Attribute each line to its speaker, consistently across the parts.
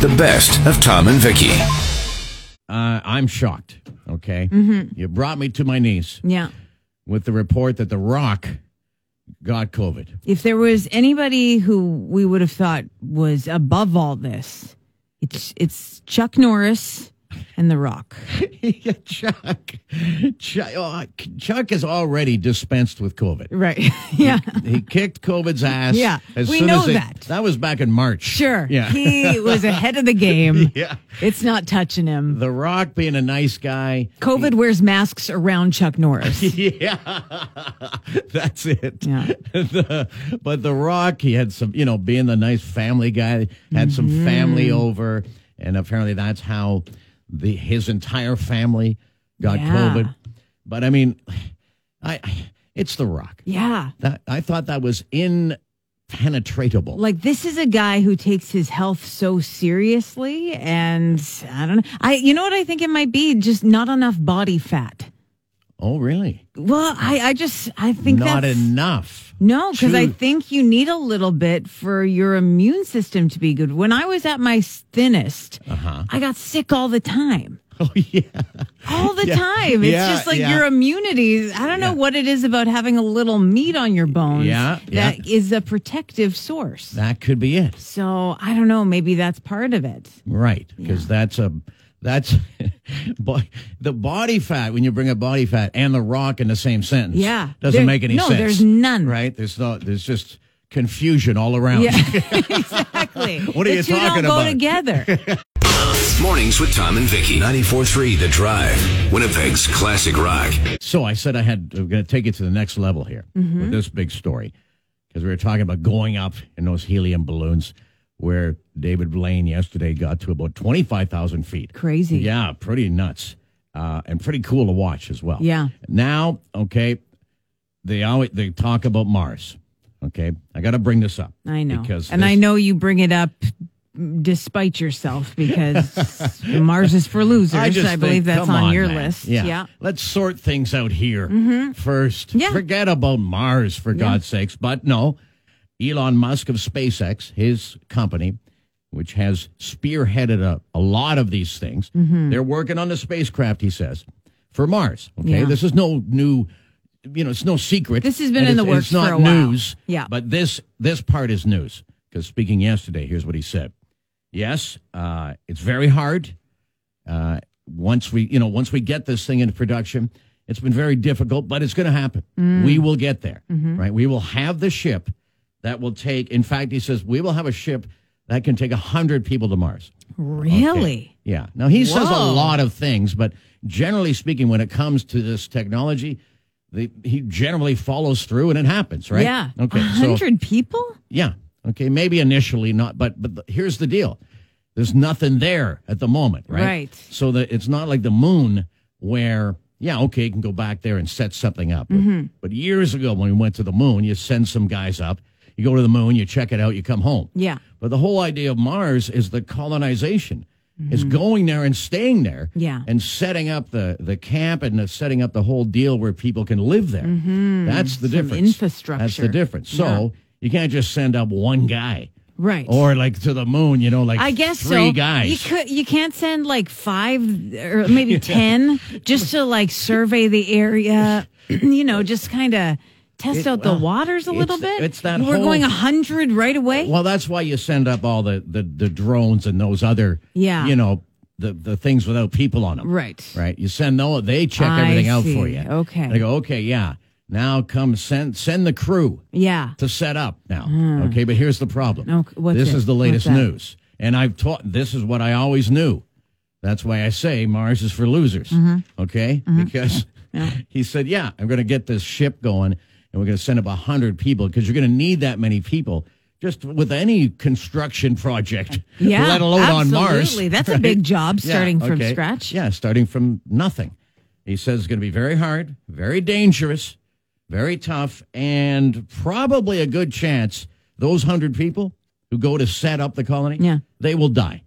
Speaker 1: the best of Tom and Vicky.
Speaker 2: Uh, I'm shocked. Okay.
Speaker 3: Mm-hmm.
Speaker 2: You brought me to my knees
Speaker 3: Yeah.
Speaker 2: with the report that The Rock got COVID.
Speaker 3: If there was anybody who we would have thought was above all this, it's it's Chuck Norris and The Rock.
Speaker 2: Chuck, Chuck, oh, Chuck is already dispensed with COVID.
Speaker 3: Right. yeah.
Speaker 2: He kicked COVID's ass.
Speaker 3: Yeah,
Speaker 2: as
Speaker 3: we
Speaker 2: soon
Speaker 3: know
Speaker 2: as they-
Speaker 3: that.
Speaker 2: That was back in March.
Speaker 3: Sure.
Speaker 2: Yeah.
Speaker 3: He was ahead of the game.
Speaker 2: yeah.
Speaker 3: It's not touching him.
Speaker 2: The Rock being a nice guy.
Speaker 3: COVID wears masks around Chuck Norris.
Speaker 2: Yeah, that's it.
Speaker 3: Yeah.
Speaker 2: The- but The Rock, he had some, you know, being the nice family guy, had some
Speaker 3: Mm-hmm.
Speaker 2: family over, and apparently that's how the his entire family got
Speaker 3: Yeah.
Speaker 2: COVID. But I mean, I, I- it's The Rock.
Speaker 3: Yeah.
Speaker 2: That I thought that was impenetratable.
Speaker 3: Like this is a guy who takes his health so seriously and I don't know. I you know what I think it might be? Just not enough body fat.
Speaker 2: oh, really?
Speaker 3: Well, I, I just I think
Speaker 2: Not
Speaker 3: that's,
Speaker 2: enough.
Speaker 3: No, because I
Speaker 2: Choo-
Speaker 3: think you need a little bit for your immune system to be good. When I was at my thinnest,
Speaker 2: Uh-huh.
Speaker 3: I got sick all the time.
Speaker 2: Oh yeah.
Speaker 3: All the time. It's
Speaker 2: Yeah,
Speaker 3: just like
Speaker 2: yeah.
Speaker 3: your immunity. I don't know what it is about having a little meat on your bones
Speaker 2: Yeah, yeah.
Speaker 3: that is a protective source.
Speaker 2: That could be it.
Speaker 3: so I don't know. Maybe that's part of it.
Speaker 2: Right, because that's a that's bo- the body fat. When you bring up body fat and the rock in the same sentence,
Speaker 3: Yeah.
Speaker 2: doesn't
Speaker 3: There-
Speaker 2: make any
Speaker 3: no,
Speaker 2: sense.
Speaker 3: there's none.
Speaker 2: Right? There's no. There's just confusion all around.
Speaker 3: Yeah, exactly.
Speaker 2: Oh. What are
Speaker 3: the
Speaker 2: you
Speaker 3: two
Speaker 2: talking
Speaker 3: don't go
Speaker 2: about?
Speaker 3: together.
Speaker 1: Mornings with Tom and Vicky. 94.3 The Drive. Winnipeg's classic rock.
Speaker 2: So I said I had I'm going to take it to the next level here
Speaker 3: Mm-hmm.
Speaker 2: with this big story because we were talking about going up in those helium balloons where David Blaine yesterday got to about twenty five thousand feet.
Speaker 3: Crazy.
Speaker 2: Yeah, pretty nuts. Uh, and pretty cool to watch as well.
Speaker 3: Yeah.
Speaker 2: Now, okay, they always they talk about Mars. Okay, I got to bring this up.
Speaker 3: I know.
Speaker 2: because
Speaker 3: and
Speaker 2: this-
Speaker 3: I know you bring it up despite yourself because Mars is for losers. I,
Speaker 2: just
Speaker 3: believe
Speaker 2: think,
Speaker 3: that's
Speaker 2: come
Speaker 3: on, your
Speaker 2: man.
Speaker 3: list.
Speaker 2: Yeah.
Speaker 3: yeah. Mm-hmm.
Speaker 2: let's sort things out here first.
Speaker 3: Yeah.
Speaker 2: forget about Mars for God's sakes. But no, Elon Musk of SpaceX, his company, which has spearheaded a, a lot of these things,
Speaker 3: Mm-hmm.
Speaker 2: they're working on the spacecraft. He says for Mars. Okay,
Speaker 3: Yeah.
Speaker 2: this is no new. You know, it's no secret.
Speaker 3: This has been
Speaker 2: and
Speaker 3: in the
Speaker 2: it's-
Speaker 3: works
Speaker 2: It's not
Speaker 3: for a while.
Speaker 2: news.
Speaker 3: Yeah.
Speaker 2: but this this part is news because speaking yesterday, here's what he said. Yes, uh, it's very hard. Uh, once we, you know, once we get this thing into production, it's been very difficult, but it's going to happen.
Speaker 3: Mm.
Speaker 2: We will get there,
Speaker 3: Mm-hmm.
Speaker 2: right? We will have the ship that will take. In fact, he says we will have a ship that can take hundred people to Mars.
Speaker 3: Really?
Speaker 2: Yeah. Now he says a
Speaker 3: Whoa.
Speaker 2: lot of things, but generally speaking, when it comes to this technology, the, he generally follows through and it happens, right?
Speaker 3: Yeah.
Speaker 2: Okay. So
Speaker 3: hundred people?
Speaker 2: yeah. Okay. Maybe initially not, but but the- here's the deal: there's nothing there at the moment, right?
Speaker 3: Right.
Speaker 2: So that it's not like the moon where yeah, okay, you can go back there and set something up. But,
Speaker 3: Mm-hmm.
Speaker 2: but years ago, when we went to the moon, you send some guys up, you go to the moon, you check it out, you come home.
Speaker 3: Yeah.
Speaker 2: But the whole idea of Mars is the colonization. Is going there and staying there,
Speaker 3: Mm-hmm. Yeah.
Speaker 2: and setting up the the camp and the setting up the whole deal where people can live there. That's the difference. That's
Speaker 3: Mm-hmm. infrastructure.
Speaker 2: the difference. So you can't just send up one guy,
Speaker 3: Right.
Speaker 2: Or like to the moon, you know, like
Speaker 3: I guess
Speaker 2: three
Speaker 3: so.
Speaker 2: guys.
Speaker 3: You could you can't send like five or maybe ten just to like survey the area. you know, just kind of test out the
Speaker 2: well,
Speaker 3: waters a
Speaker 2: it's-
Speaker 3: little bit.
Speaker 2: it's that
Speaker 3: we're
Speaker 2: whole-
Speaker 3: going hundred right away.
Speaker 2: Well, that's why you send up all the, the, the drones and those other,
Speaker 3: Yeah.
Speaker 2: you know, the, the things without people on them.
Speaker 3: right.
Speaker 2: Right. You send those, they check
Speaker 3: I
Speaker 2: everything out
Speaker 3: see.
Speaker 2: for you.
Speaker 3: Okay.
Speaker 2: They go, okay, yeah. Now come send send the crew
Speaker 3: Yeah.
Speaker 2: to set up now. Okay, but here's the problem.
Speaker 3: Okay, what's
Speaker 2: this
Speaker 3: it?
Speaker 2: is the latest
Speaker 3: What's that?
Speaker 2: news. And I've taught this is what I always knew. That's why I say Mars is for losers.
Speaker 3: Mm-hmm.
Speaker 2: Okay? Because he said, Yeah, I'm gonna get this ship going and we're gonna send up a hundred people because you're gonna need that many people just with any construction project.
Speaker 3: Yeah,
Speaker 2: Let alone on Mars.
Speaker 3: absolutely. That's a big job,
Speaker 2: Yeah,
Speaker 3: starting from
Speaker 2: okay.
Speaker 3: scratch.
Speaker 2: Yeah, starting from nothing. He says it's going to be very hard, very dangerous, very tough, and probably a good chance those hundred people who go to set up the colony,
Speaker 3: Yeah.
Speaker 2: they will die.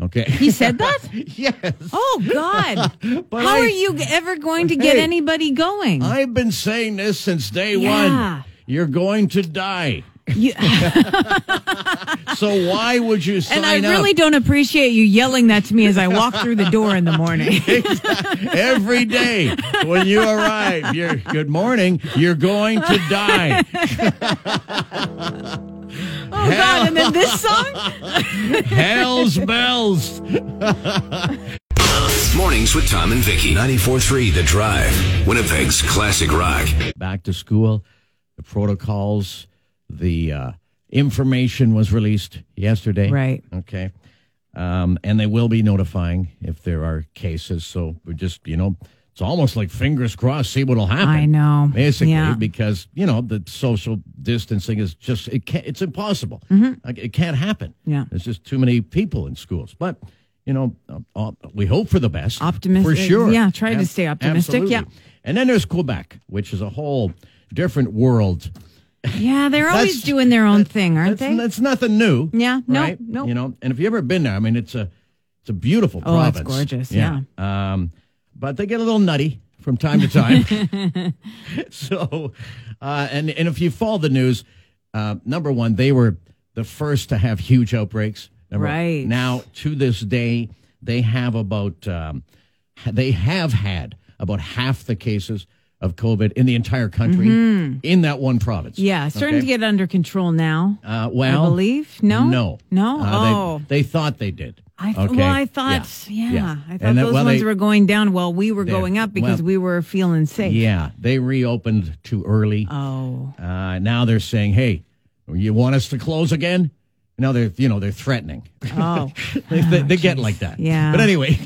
Speaker 2: Okay.
Speaker 3: He said that?
Speaker 2: yes.
Speaker 3: Oh God!
Speaker 2: But
Speaker 3: How
Speaker 2: I-
Speaker 3: are you ever going to get
Speaker 2: Hey,
Speaker 3: anybody going?
Speaker 2: I've been saying this since day
Speaker 3: Yeah.
Speaker 2: one. You're going to die. so why would you sign
Speaker 3: And I
Speaker 2: up?
Speaker 3: really don't appreciate you yelling that to me as I walk through the door in the morning.
Speaker 2: Every day when you arrive, you're good morning, you're going to die.
Speaker 3: Oh God! And then this song.
Speaker 2: Hell's bells.
Speaker 1: Mornings with Tom and Vicky. 94.3 The Drive. Winnipeg's classic rock.
Speaker 2: Back to school, the protocols, the uh, information was released yesterday.
Speaker 3: Right.
Speaker 2: Okay. Um, and they will be notifying if there are cases. So we're just, you know, it's almost like fingers crossed, see what'll happen.
Speaker 3: I know.
Speaker 2: Basically,
Speaker 3: Yeah.
Speaker 2: because, you know, the social distancing is just, it can't, it's impossible. Like, it can't happen.
Speaker 3: Mm-hmm. Yeah.
Speaker 2: There's just too many people in schools. But, you know, uh, uh, we hope for the best. For
Speaker 3: Optimistic-
Speaker 2: sure.
Speaker 3: yeah, try to stay optimistic,
Speaker 2: absolutely.
Speaker 3: yeah.
Speaker 2: And then there's Quebec, which is a whole different world.
Speaker 3: Yeah, they're always
Speaker 2: That's-
Speaker 3: doing their own thing, aren't
Speaker 2: that's,
Speaker 3: they?
Speaker 2: That's nothing new.
Speaker 3: Yeah, no,
Speaker 2: right?
Speaker 3: no.
Speaker 2: You know, and if you have ever been there, I mean, it's a it's a beautiful
Speaker 3: Oh, it's
Speaker 2: province.
Speaker 3: gorgeous,
Speaker 2: Um, but they get a little nutty from time to time. so, uh, and and if you follow the news, uh, number one, they were the first to have huge outbreaks. Number
Speaker 3: Right.
Speaker 2: now, to this day, they have about um, ha- they have had about half the cases of COVID in the entire country in that one province.
Speaker 3: Mm-hmm. yeah, starting
Speaker 2: Okay?
Speaker 3: to get under control now.
Speaker 2: Uh, well,
Speaker 3: I believe. No?
Speaker 2: no,
Speaker 3: No?
Speaker 2: Uh, they-
Speaker 3: Oh.
Speaker 2: they, thought they did.
Speaker 3: I th-
Speaker 2: okay?
Speaker 3: well, I thought, yeah, I thought
Speaker 2: And that-
Speaker 3: those
Speaker 2: well,
Speaker 3: ones
Speaker 2: they-
Speaker 3: were going down while we were
Speaker 2: They-
Speaker 3: going up because
Speaker 2: well-
Speaker 3: we were feeling safe.
Speaker 2: Yeah, they reopened too early.
Speaker 3: Oh,
Speaker 2: Uh, now they're saying, "Hey, you want us to close again?" Now they're, you know, they're threatening.
Speaker 3: oh,
Speaker 2: they, they, they get like that.
Speaker 3: Yeah.
Speaker 2: But anyway,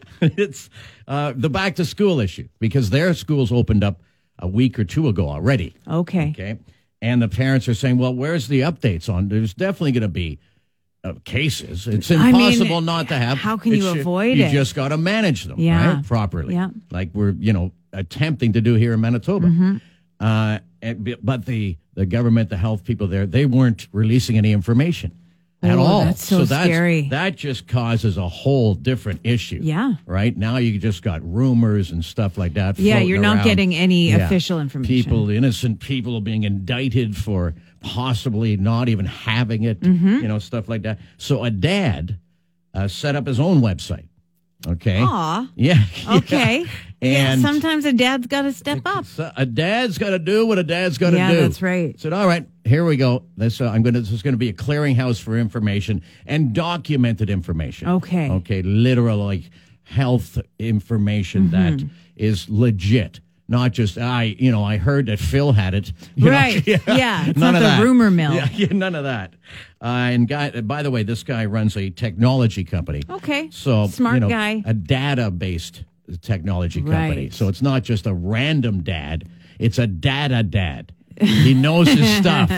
Speaker 2: it's uh, the back to school issue because their schools opened up a week or two ago already.
Speaker 3: okay.
Speaker 2: Okay. And the parents are saying, well, where's the updates on? There's definitely going to be uh, cases. It's
Speaker 3: I mean,
Speaker 2: impossible not to have.
Speaker 3: how can you
Speaker 2: should-
Speaker 3: avoid
Speaker 2: You
Speaker 3: it?
Speaker 2: just got to manage them
Speaker 3: Yeah.
Speaker 2: right? properly.
Speaker 3: Yeah.
Speaker 2: Like we're, you know, attempting to do here in Manitoba.
Speaker 3: Mm-hmm.
Speaker 2: Uh, and b- but the, the government, the health people there, they weren't releasing any information at
Speaker 3: Oh,
Speaker 2: all.
Speaker 3: that's so scary.
Speaker 2: That just causes a whole different issue.
Speaker 3: Yeah.
Speaker 2: Right? Now you just got rumors and stuff like that.
Speaker 3: Yeah,
Speaker 2: floating
Speaker 3: you're not
Speaker 2: around.
Speaker 3: getting any official information.
Speaker 2: People, innocent people, being indicted for possibly not even having it,
Speaker 3: Mm-hmm.
Speaker 2: you know, stuff like that. So a dad uh, set up his own website. Okay.
Speaker 3: Aw.
Speaker 2: Yeah.
Speaker 3: Okay.
Speaker 2: Yeah.
Speaker 3: yeah,
Speaker 2: And
Speaker 3: sometimes a dad's got to step up.
Speaker 2: so a dad's got to do what a dad's got to
Speaker 3: Yeah,
Speaker 2: do.
Speaker 3: that's right.
Speaker 2: Said, all right, here we go. This uh, I'm going to. This is going to be a clearinghouse for information and documented information.
Speaker 3: Okay.
Speaker 2: Okay. Literal like health information
Speaker 3: Mm-hmm.
Speaker 2: that is legit, not just I. You know, I heard that Phil had it. You know?
Speaker 3: Right. Yeah, it's
Speaker 2: none
Speaker 3: not
Speaker 2: of
Speaker 3: the
Speaker 2: that.
Speaker 3: rumor mill.
Speaker 2: Yeah, yeah, none of that. Uh, and guy, by the way, this guy runs a technology company.
Speaker 3: Okay.
Speaker 2: So
Speaker 3: Smart
Speaker 2: you know,
Speaker 3: guy.
Speaker 2: a data-based technology company.
Speaker 3: Right.
Speaker 2: So it's not just a random dad; it's a data dad. He knows his stuff.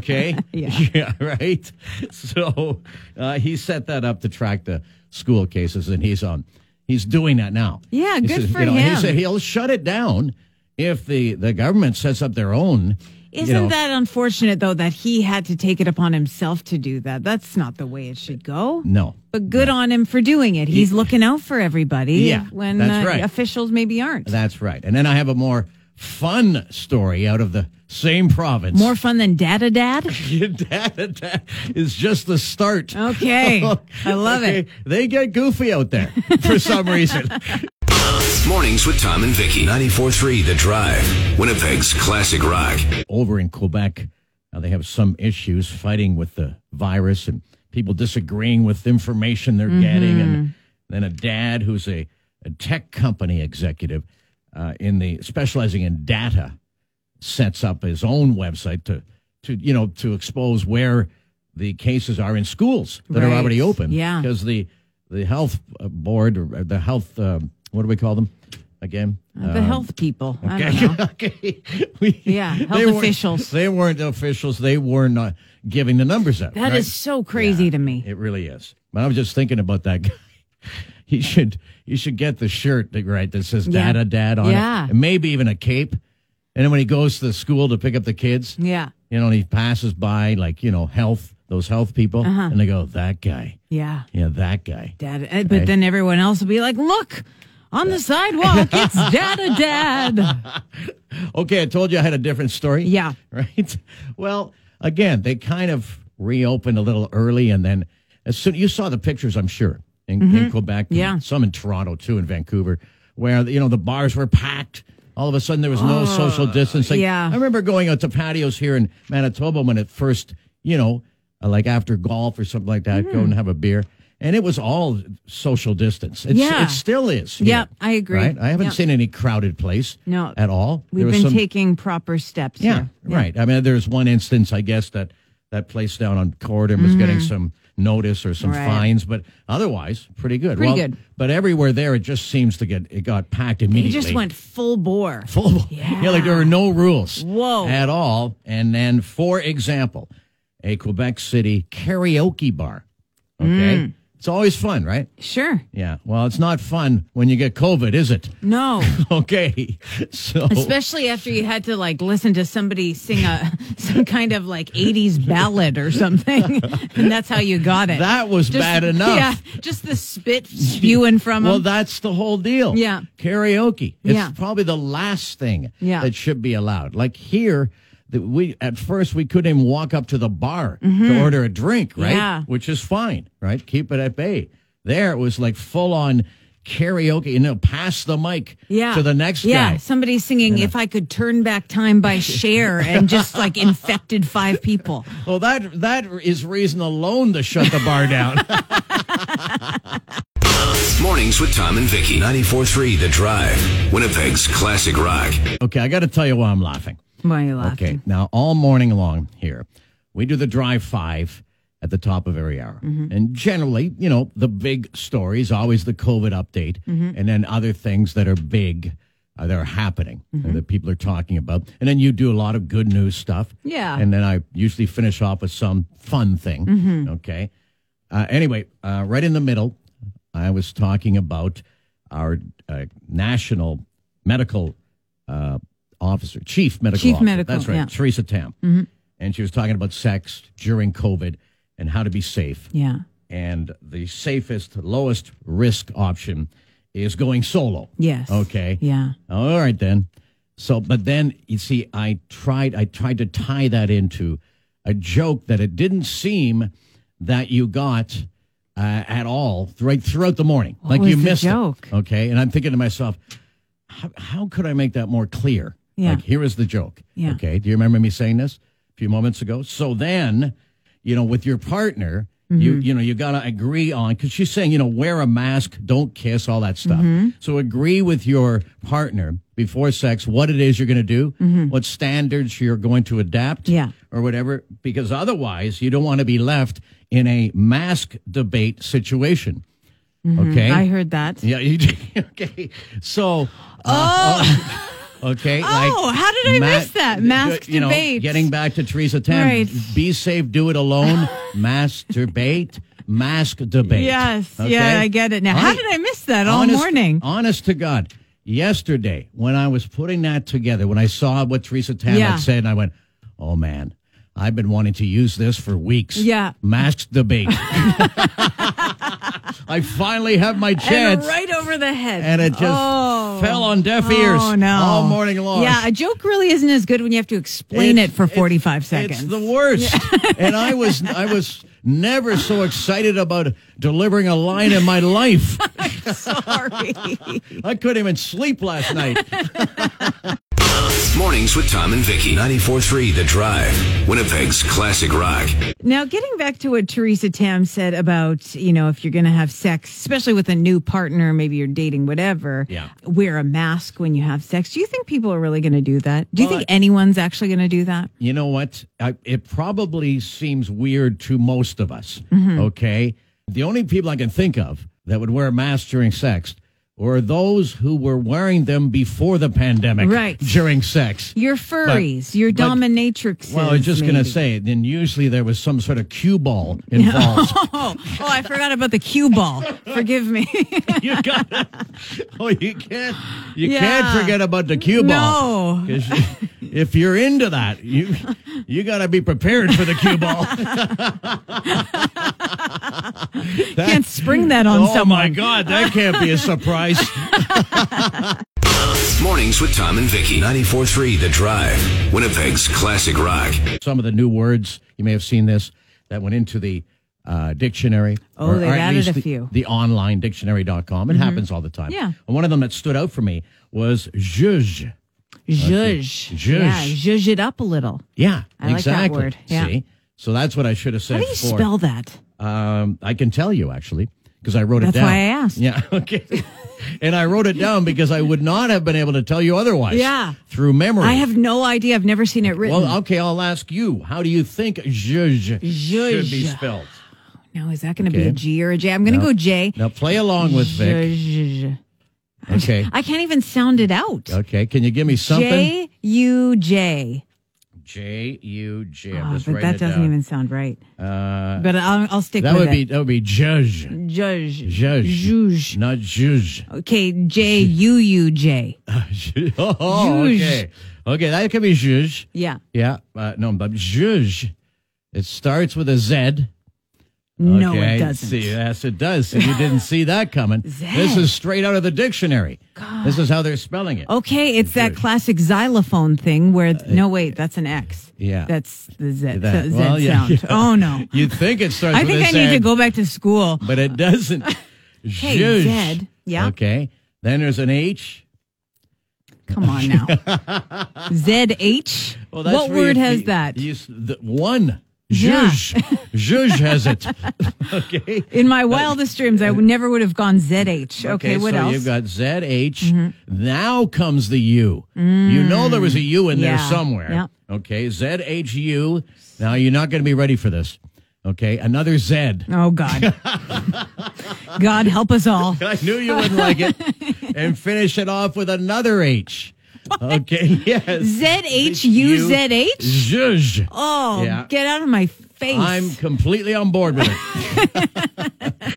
Speaker 2: Okay. Yeah. Right. So uh, he set that up to track the school cases, and he's on. He's doing that now.
Speaker 3: Yeah,
Speaker 2: He
Speaker 3: good
Speaker 2: says,
Speaker 3: for
Speaker 2: you know, He
Speaker 3: him.
Speaker 2: said he'll shut it down if the the government sets up their own. you
Speaker 3: Isn't
Speaker 2: know,
Speaker 3: that unfortunate though that he had to take it upon himself to do that? That's not the way it should go.
Speaker 2: No.
Speaker 3: But good on him for doing it. He's looking out for everybody.
Speaker 2: Yeah,
Speaker 3: When
Speaker 2: that's
Speaker 3: uh,
Speaker 2: right.
Speaker 3: officials maybe aren't.
Speaker 2: That's right. And then I have a more fun story out of the same province.
Speaker 3: More fun than Data Dad.
Speaker 2: Your dad attack is just the start.
Speaker 3: Okay. I love
Speaker 2: Okay,
Speaker 3: it.
Speaker 2: They get goofy out there for some reason.
Speaker 1: Mornings with Tom and Vicky. 94.3 The Drive. Winnipeg's classic rock.
Speaker 2: Over in Quebec, now they have some issues fighting with the virus and people disagreeing with the information they're getting.
Speaker 3: Mm-hmm.
Speaker 2: And then a dad who's a, a tech company executive uh, in the specializing in data sets up his own website to to you know to expose where the cases are in schools that are
Speaker 3: Right.
Speaker 2: already open.
Speaker 3: Yeah.
Speaker 2: because the the health uh, board or uh, the health um, what do we call them again?
Speaker 3: the health people. I don't know.
Speaker 2: Uh, okay. We-
Speaker 3: Yeah, health
Speaker 2: they weren't-
Speaker 3: officials.
Speaker 2: They weren't officials. They were not giving the numbers out.
Speaker 3: That
Speaker 2: right?
Speaker 3: is so crazy to me.
Speaker 2: It really is. But I was just thinking about that guy. He should he should get the shirt that right that says
Speaker 3: Yeah.
Speaker 2: Dada Dad on
Speaker 3: Yeah.
Speaker 2: it, and maybe even a cape. And then when he goes to the school to pick up the kids,
Speaker 3: Yeah.
Speaker 2: you know, and he passes by like you know health those health people,
Speaker 3: Uh-huh.
Speaker 2: and they go that guy,
Speaker 3: Yeah.
Speaker 2: yeah, that guy.
Speaker 3: Dad. uh, But then everyone else will be like, look, on the sidewalk, it's Data Dad.
Speaker 2: Okay, I told you I had a different story.
Speaker 3: Yeah.
Speaker 2: Right. Well, again, they kind of reopened a little early, and then as soon you saw the pictures, I'm sure in, in Quebec, and
Speaker 3: Mm-hmm. Yeah.
Speaker 2: some in Toronto too, in Vancouver, where you know the bars were packed. All of a sudden, there was no social distancing.
Speaker 3: Oh, yeah.
Speaker 2: I remember going out to patios here in Manitoba when it first, you know, uh, like after golf or something like
Speaker 3: Mm-hmm.
Speaker 2: that, go and have a beer. And it was all social distance. It's,
Speaker 3: Yeah.
Speaker 2: It still is. here,
Speaker 3: Yep, I agree.
Speaker 2: Right? I haven't
Speaker 3: Yep.
Speaker 2: seen any crowded place
Speaker 3: No.
Speaker 2: at all. There
Speaker 3: We've
Speaker 2: was
Speaker 3: been
Speaker 2: some-
Speaker 3: taking proper steps.
Speaker 2: yeah,
Speaker 3: here.
Speaker 2: right. I mean, there's one instance, I guess, that that place down on Corridon was getting some notice or some
Speaker 3: Mm-hmm. Right.
Speaker 2: fines, but otherwise, pretty good.
Speaker 3: Pretty
Speaker 2: well,
Speaker 3: good.
Speaker 2: But everywhere there, it just seems to get it got packed
Speaker 3: He
Speaker 2: immediately.
Speaker 3: just went full bore.
Speaker 2: full.
Speaker 3: Yeah.
Speaker 2: like there were no rules.
Speaker 3: Whoa.
Speaker 2: At all. And then, for example, a Quebec City karaoke bar. Okay,
Speaker 3: Mm.
Speaker 2: it's always fun, right?
Speaker 3: Sure.
Speaker 2: Yeah. Well, it's not fun when you get COVID, is it?
Speaker 3: No.
Speaker 2: Okay. So.
Speaker 3: Especially after you had to like listen to somebody sing a some kind of like 80s ballad or something. and that's how you got it.
Speaker 2: That was bad enough.
Speaker 3: Yeah. Just the spit spewing from him.
Speaker 2: Well, that's the whole deal.
Speaker 3: Yeah.
Speaker 2: Karaoke. It's
Speaker 3: Yeah.
Speaker 2: probably the last thing
Speaker 3: Yeah.
Speaker 2: that should be allowed. Like here, that we at first we couldn't even walk up to the bar to order a drink, right?
Speaker 3: Mm-hmm. Yeah.
Speaker 2: Which is fine, right? Keep it at bay. There it was like full on karaoke, you know, pass the mic
Speaker 3: yeah.
Speaker 2: to the next
Speaker 3: yeah.
Speaker 2: guy.
Speaker 3: Somebody singing If I Could Turn Back Time by Cher and just like infected five people.
Speaker 2: Well, that that is reason alone to shut the bar down.
Speaker 1: Mornings with Tom and Vicky. 94.3 The Drive. Winnipeg's classic rock.
Speaker 2: okay, I got to tell you why I'm laughing.
Speaker 3: Why are you laughing?
Speaker 2: Okay. Now, all morning long here, we do the drive five at the top of every hour. And generally, you know, the big stories, always the COVID update, and then other things that are big uh, that are happening and that people are talking about. And then you do a lot of good news stuff.
Speaker 3: Yeah.
Speaker 2: And then I usually finish off with some fun thing. Okay. Uh, anyway, uh, right in the middle, I was talking about our uh, national medical uh, officer, chief medical
Speaker 3: Chief
Speaker 2: officer.
Speaker 3: medical,
Speaker 2: That's right,
Speaker 3: yeah. Mm-hmm.
Speaker 2: Teresa Tam. And she was talking about sex during COVID and how to be safe.
Speaker 3: Yeah.
Speaker 2: And the safest, lowest risk option is going solo.
Speaker 3: Yes.
Speaker 2: Okay.
Speaker 3: Yeah.
Speaker 2: All right then. So, but then you see, I tried. I tried to tie that into a joke that it didn't seem that you got uh, at all right throughout the morning. like
Speaker 3: was
Speaker 2: you
Speaker 3: the
Speaker 2: missed
Speaker 3: joke?
Speaker 2: it. Okay, and I'm thinking to myself, how, how could I make that more clear?
Speaker 3: Yeah.
Speaker 2: Like here is the joke.
Speaker 3: Yeah.
Speaker 2: Okay. Do you remember me saying this a few moments ago? So then, you know, with your partner.
Speaker 3: Mm-hmm.
Speaker 2: You you know you gotta agree on because she's saying you know wear a mask, don't kiss, all that stuff.
Speaker 3: Mm-hmm.
Speaker 2: So agree with your partner before sex what it is you're gonna do, what standards you're going to adapt,
Speaker 3: Mm-hmm. Yeah.
Speaker 2: or whatever. Because otherwise, you don't want to be left in a mask debate situation. Okay,
Speaker 3: Mm-hmm. I heard that.
Speaker 2: yeah, you do. okay. So, oh, okay. Oh,
Speaker 3: how did I miss that? Mask
Speaker 2: you know,
Speaker 3: debate.
Speaker 2: getting back to Teresa Tam.
Speaker 3: Right.
Speaker 2: Be safe. Do it alone. Masturbate. Mask debate.
Speaker 3: Yes. Yeah, I get it now. How did I miss that all
Speaker 2: honest-
Speaker 3: morning?
Speaker 2: Honest to God, yesterday when I was putting that together, when I saw what Teresa Tam
Speaker 3: Yeah.
Speaker 2: had said, I went, "Oh man." I've been wanting to use this for weeks.
Speaker 3: Yeah.
Speaker 2: Mask debate. I finally have my chance
Speaker 3: And right over the head.
Speaker 2: and it just
Speaker 3: Oh.
Speaker 2: fell on deaf ears
Speaker 3: Oh, no.
Speaker 2: all morning long.
Speaker 3: Yeah, a joke really isn't as good when you have to explain it,
Speaker 2: It's-
Speaker 3: for
Speaker 2: it's-
Speaker 3: 45 seconds.
Speaker 2: It's the worst. and I was I was never so excited about delivering a line in my life.
Speaker 3: Sorry.
Speaker 2: I couldn't even sleep last night.
Speaker 1: Mornings with Tom and Vicky. 94.3 The Drive. Winnipeg's classic rock.
Speaker 3: now, getting back to what Teresa Tam said about, you know, if you're going to have sex, especially with a new partner, maybe you're dating, whatever,
Speaker 2: Yeah.
Speaker 3: wear a mask when you have sex. Do you think people are really going to do that? Do you
Speaker 2: Well,
Speaker 3: think anyone's actually going to do that?
Speaker 2: You know what? I, it probably seems weird to most of us.
Speaker 3: Mm-hmm.
Speaker 2: Okay. The only people I can think of that would wear masks during sex were those who were wearing them before the pandemic
Speaker 3: Right.
Speaker 2: during sex.
Speaker 3: Your furries, your
Speaker 2: but-
Speaker 3: dominatrixes.
Speaker 2: Well, I was just going
Speaker 3: maybe.
Speaker 2: to say, then usually there was some sort of cue ball involved.
Speaker 3: Oh, oh, I forgot about the cue ball. Forgive me.
Speaker 2: you got to Oh, you can't. You
Speaker 3: Yeah.
Speaker 2: can't forget about the cue ball.
Speaker 3: No.
Speaker 2: 'Cause you- if you're into that, you you got to be prepared for the cue ball.
Speaker 3: Can't spring that on
Speaker 2: oh
Speaker 3: someone.
Speaker 2: my God, that can't be a surprise.
Speaker 1: Mornings with Tom and Vicky. 94.3 The Drive. Winnipeg's classic rock.
Speaker 2: some of the new words. You may have seen this that went into the uh, dictionary.
Speaker 3: Oh, they've
Speaker 2: at
Speaker 3: added
Speaker 2: least
Speaker 3: a
Speaker 2: the,
Speaker 3: few. Mm-hmm.
Speaker 2: The online dictionary.com. It happens all the time.
Speaker 3: Yeah.
Speaker 2: And one of them that stood out for me was zhuzh.
Speaker 3: Zhuzh.
Speaker 2: Zhuzh.
Speaker 3: Yeah, zhuzh it up a little.
Speaker 2: Yeah,
Speaker 3: I like that
Speaker 2: exactly.
Speaker 3: word. Yeah.
Speaker 2: See? So that's what I should have said
Speaker 3: How do you
Speaker 2: before.
Speaker 3: spell that?
Speaker 2: Um, I can tell you actually because I wrote it
Speaker 3: That's
Speaker 2: down.
Speaker 3: why I asked.
Speaker 2: Yeah. Okay. and I wrote it down because I would not have been able to tell you otherwise.
Speaker 3: Yeah.
Speaker 2: Through memory.
Speaker 3: I have no idea. I've never seen it written.
Speaker 2: Well, okay. I'll ask you. How do you think zhuzh, should be
Speaker 3: Zhuzh.
Speaker 2: spelled?
Speaker 3: now, is that going to be
Speaker 2: okay.
Speaker 3: a G or a J? I'm going to go J.
Speaker 2: Now play along with Vic.
Speaker 3: Zhuzh.
Speaker 2: Okay.
Speaker 3: I can't even sound it out.
Speaker 2: Okay. Can you give me something?
Speaker 3: J U J.
Speaker 2: J U J. I'm
Speaker 3: Oh,
Speaker 2: just
Speaker 3: But
Speaker 2: writing
Speaker 3: that
Speaker 2: it
Speaker 3: doesn't
Speaker 2: down. Uh,
Speaker 3: even sound right. but I'll, I'll stick
Speaker 2: That
Speaker 3: with
Speaker 2: would be
Speaker 3: it.
Speaker 2: that would be judge.
Speaker 3: Zhuzh.
Speaker 2: Judge.
Speaker 3: Zhuzh.
Speaker 2: Not judge.
Speaker 3: Okay, J U U J.
Speaker 2: oh, okay. Okay, that could be judge.
Speaker 3: Yeah.
Speaker 2: Yeah. Uh, no, but judge. It starts with a Z.
Speaker 3: No,
Speaker 2: Okay,
Speaker 3: it doesn't.
Speaker 2: See, yes, it does. So you didn't see that coming. This is straight out of the dictionary. This is how they're spelling it.
Speaker 3: Okay, it's that classic xylophone thing where it's, no wait, that's an X.
Speaker 2: Uh, yeah.
Speaker 3: That's the Z,
Speaker 2: That-
Speaker 3: the Z
Speaker 2: well, yeah,
Speaker 3: sound.
Speaker 2: yeah.
Speaker 3: Oh no.
Speaker 2: You'd think it starts
Speaker 3: I
Speaker 2: with
Speaker 3: think
Speaker 2: a
Speaker 3: I need
Speaker 2: Z.
Speaker 3: to go back to school.
Speaker 2: but it doesn't.
Speaker 3: Okay,
Speaker 2: Zhuzh.
Speaker 3: Zed. Yeah.
Speaker 2: Okay. Then there's an H.
Speaker 3: Come on now. ZH? what
Speaker 2: where you-
Speaker 3: word has
Speaker 2: you-
Speaker 3: that?
Speaker 2: you s- the one.
Speaker 3: Yeah.
Speaker 2: Zhuzh. Zhuzh has it. okay.
Speaker 3: In my wildest dreams, I would never would have gone ZH. Okay, what
Speaker 2: uh, so
Speaker 3: else? Mm-hmm.
Speaker 2: you've got ZH. Now comes the U. You know there was a U in there
Speaker 3: Yeah.
Speaker 2: somewhere.
Speaker 3: Yep.
Speaker 2: Okay, ZHU. Now you're not going to be ready for this. Okay, another Z.
Speaker 3: oh God. God help us all.
Speaker 2: I knew you wouldn't like it. And finish it off with another H. Okay, yes.
Speaker 3: ZHUZH?
Speaker 2: Zhuzh.
Speaker 3: Oh,
Speaker 2: Yeah.
Speaker 3: get out of my face.
Speaker 2: I'm completely on board with it.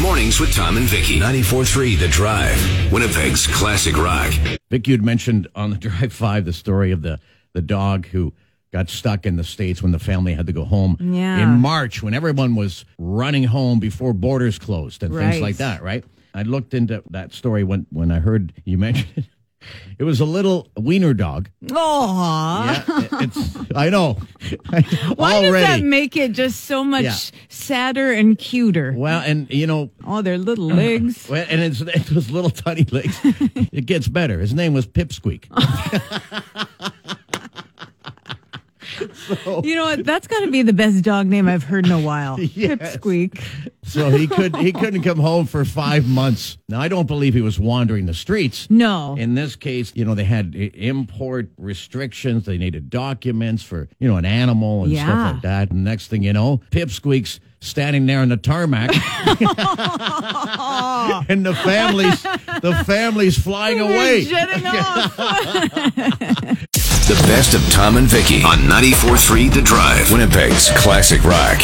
Speaker 1: Mornings with Tom and Vicky. 94.3 The Drive. Winnipeg's classic rock.
Speaker 2: Vic, you'd mentioned on the drive five the story of the the dog who got stuck in the states when the family had to go home
Speaker 3: Yeah.
Speaker 2: in March when everyone was running home before borders closed and things
Speaker 3: Right.
Speaker 2: like that. Right? I looked into that story when when I heard you mention it. It was a little wiener dog.
Speaker 3: Aw.
Speaker 2: Yeah, it- it's I know.
Speaker 3: Why
Speaker 2: Already.
Speaker 3: does that make it just so much
Speaker 2: Yeah.
Speaker 3: sadder and cuter?
Speaker 2: well, and you know,
Speaker 3: Oh, their little legs.
Speaker 2: Well, and it's, it's those little tiny legs. it gets better. His name was Pipsqueak.
Speaker 3: You know what? That's got to be the best dog name I've heard in a while.
Speaker 2: Yes.
Speaker 3: Pipsqueak.
Speaker 2: So he could he couldn't come home for five months. Now I don't believe he was wandering the streets.
Speaker 3: No.
Speaker 2: In this case, you know they had i- import restrictions. They needed documents for you know an animal and
Speaker 3: Yeah.
Speaker 2: stuff like that. And next thing you know, Pipsqueak's standing there on the tarmac, and the families the families flying away.
Speaker 3: Jetting off.
Speaker 1: The best of Tom and Vicky on 94.3 The Drive. Winnipeg's classic rock.